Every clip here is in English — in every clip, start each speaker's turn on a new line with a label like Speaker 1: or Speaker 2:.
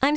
Speaker 1: I'm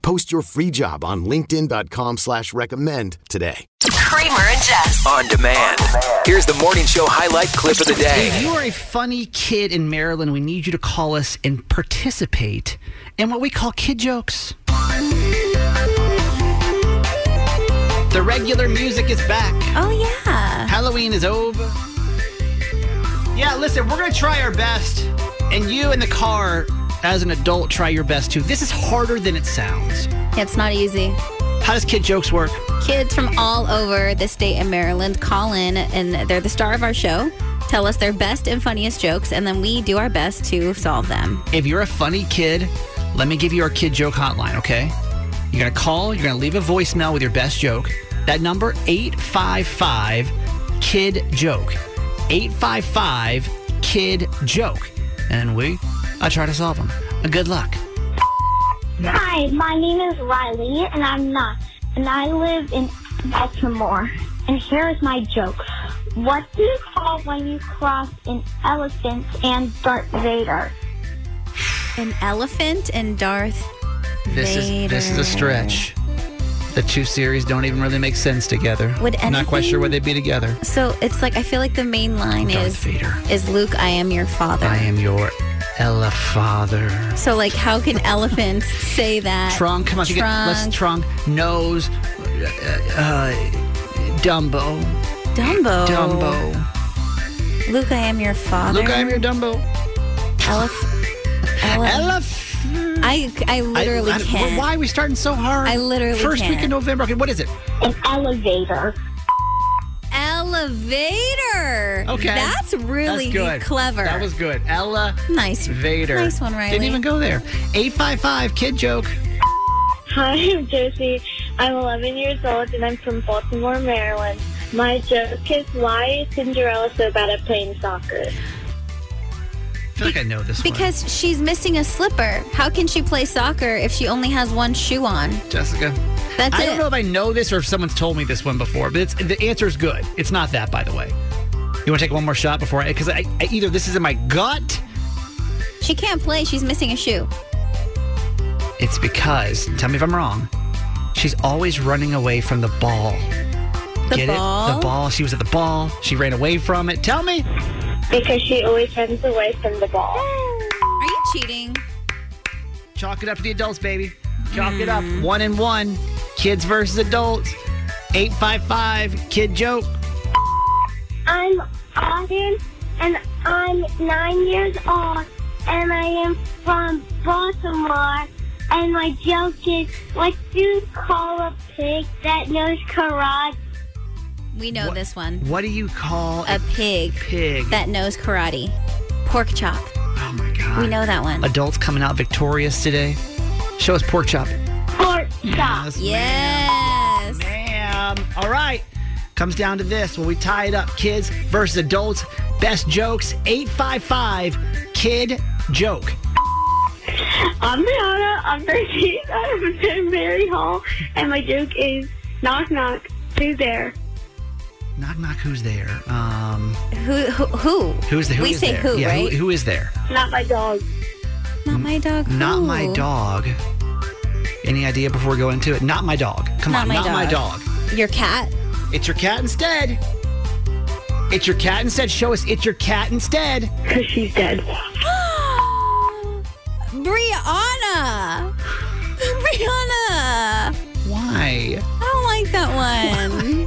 Speaker 2: Post your free job on linkedin.com/recommend slash recommend today.
Speaker 3: Kramer and Jess.
Speaker 4: On demand. Here's the morning show highlight clip of the
Speaker 5: If
Speaker 4: day.
Speaker 5: you are a funny kid in Maryland, we need you to call us and participate in what we call kid jokes. The regular music is
Speaker 6: Uh-huh.
Speaker 5: back.
Speaker 1: Oh, yeah.
Speaker 5: Halloween is over. Yeah, listen, we're going to try our best. And you in the car, as an adult, try your best too. This is harder than it sounds.
Speaker 6: It's not easy.
Speaker 5: How does kid jokes work?
Speaker 6: Kids from all over the state of Maryland call in, and they're the star of our show. Tell us their best and funniest jokes, and then we do our best to solve them.
Speaker 5: If you're a funny kid, let me give you our kid joke hotline, okay? You're going to call, you're going to leave a voicemail with your best joke. That number 855 kid joke. 855 kid joke. And we I try to solve them. Good luck.
Speaker 7: Hi, my name is Riley, and I'm not. And I live in Baltimore. And here is my joke. What do you call when you cross an elephant and Darth Vader?
Speaker 6: An elephant and Darth.
Speaker 5: This is this is a
Speaker 6: Vader.
Speaker 5: stretch. The two series don't even really make sense together.
Speaker 6: Would
Speaker 5: Not quite sure
Speaker 6: anything-
Speaker 5: where they'd be together.
Speaker 6: So it's like I feel like the main line
Speaker 5: Darth
Speaker 6: is
Speaker 5: Vader.
Speaker 6: is Luke, I am your father.
Speaker 5: I am your Ella father.
Speaker 6: So like, how can elephants say that?
Speaker 5: Trunk, come on, you get less
Speaker 6: Trunk,
Speaker 5: trunk, nose, uh, uh, Dumbo,
Speaker 6: Dumbo.
Speaker 5: Dumbo.
Speaker 6: Luke, I am your father.
Speaker 5: Look, I'm your Dumbo.
Speaker 6: Elef- ele-
Speaker 5: Elef.
Speaker 6: I I literally
Speaker 5: I- I-
Speaker 6: can't.
Speaker 5: Why are we starting so hard?
Speaker 6: I literally
Speaker 5: First week in
Speaker 6: can't.
Speaker 5: November. Okay, what is it?
Speaker 7: An elevator.
Speaker 6: Elevator.
Speaker 5: Okay,
Speaker 6: That's really
Speaker 5: That's good.
Speaker 6: clever.
Speaker 5: That was good. Ella
Speaker 6: nice.
Speaker 5: Vader.
Speaker 6: Nice one, Riley.
Speaker 5: Didn't even go there. Eight five five kid joke.
Speaker 7: Hi, I'm Josie. I'm 11 years old, and I'm from Baltimore, Maryland. My joke is why is Cinderella so bad at playing soccer?
Speaker 5: I feel like I know this one.
Speaker 6: Because she's missing a slipper. How can she play soccer if she only has one shoe on?
Speaker 5: Jessica.
Speaker 6: That's
Speaker 5: I
Speaker 6: it.
Speaker 5: don't know if I know this or if someone's told me this one before, but it's the answer is good. It's not that, by the way. You want to take one more shot before I? Because I, I either this is in my gut.
Speaker 6: She can't play. She's missing a shoe.
Speaker 5: It's because, tell me if I'm wrong, she's always running away from the ball.
Speaker 6: The
Speaker 5: Get
Speaker 6: ball.
Speaker 5: it? The ball. She was at the ball. She ran away from it. Tell me.
Speaker 7: Because she always runs away from the ball.
Speaker 6: Are you cheating?
Speaker 5: Chalk it up to the adults, baby. Chalk it up.
Speaker 6: Hmm.
Speaker 5: One and one. Kids versus adults. 855 kid joke.
Speaker 7: I'm Auden, and I'm nine years old, and I am from Baltimore. And my joke is, what do you call a pig that knows karate?
Speaker 6: We know
Speaker 5: What-
Speaker 6: this one.
Speaker 5: What do you call a,
Speaker 6: A pig
Speaker 5: pig?
Speaker 6: that knows karate. Pork chop.
Speaker 5: oh my God.
Speaker 6: We know that one.
Speaker 5: Adults coming out victorious today. Show us pork chop.
Speaker 7: Pork chop.
Speaker 5: Yes,
Speaker 6: Yes.
Speaker 5: Ma'am. All right. Comes down to this. Will we tie it up? Kids versus adults. Best jokes. 855 Kid Joke.
Speaker 7: I'm Rihanna, I'm 13, I'm from Mary Hall, and my joke is, knock knock, who's there?
Speaker 5: Knock, knock. Who's there? Um,
Speaker 6: Who? Who? who?
Speaker 5: who's the who
Speaker 6: we
Speaker 5: is
Speaker 6: say
Speaker 5: there?
Speaker 6: who,
Speaker 5: yeah,
Speaker 6: right?
Speaker 5: who is there?
Speaker 7: Not my dog.
Speaker 6: Not my dog.
Speaker 5: Not
Speaker 6: who?
Speaker 5: my dog. Any idea before we go into it? Not my dog. Come
Speaker 6: Not
Speaker 5: on,
Speaker 6: my
Speaker 5: not my dog.
Speaker 6: dog. Your cat.
Speaker 5: It's your cat instead. It's your cat instead. Show us it's your cat instead.
Speaker 7: Because she's dead.
Speaker 6: Brianna. Brianna.
Speaker 5: Why?
Speaker 6: I don't like that one.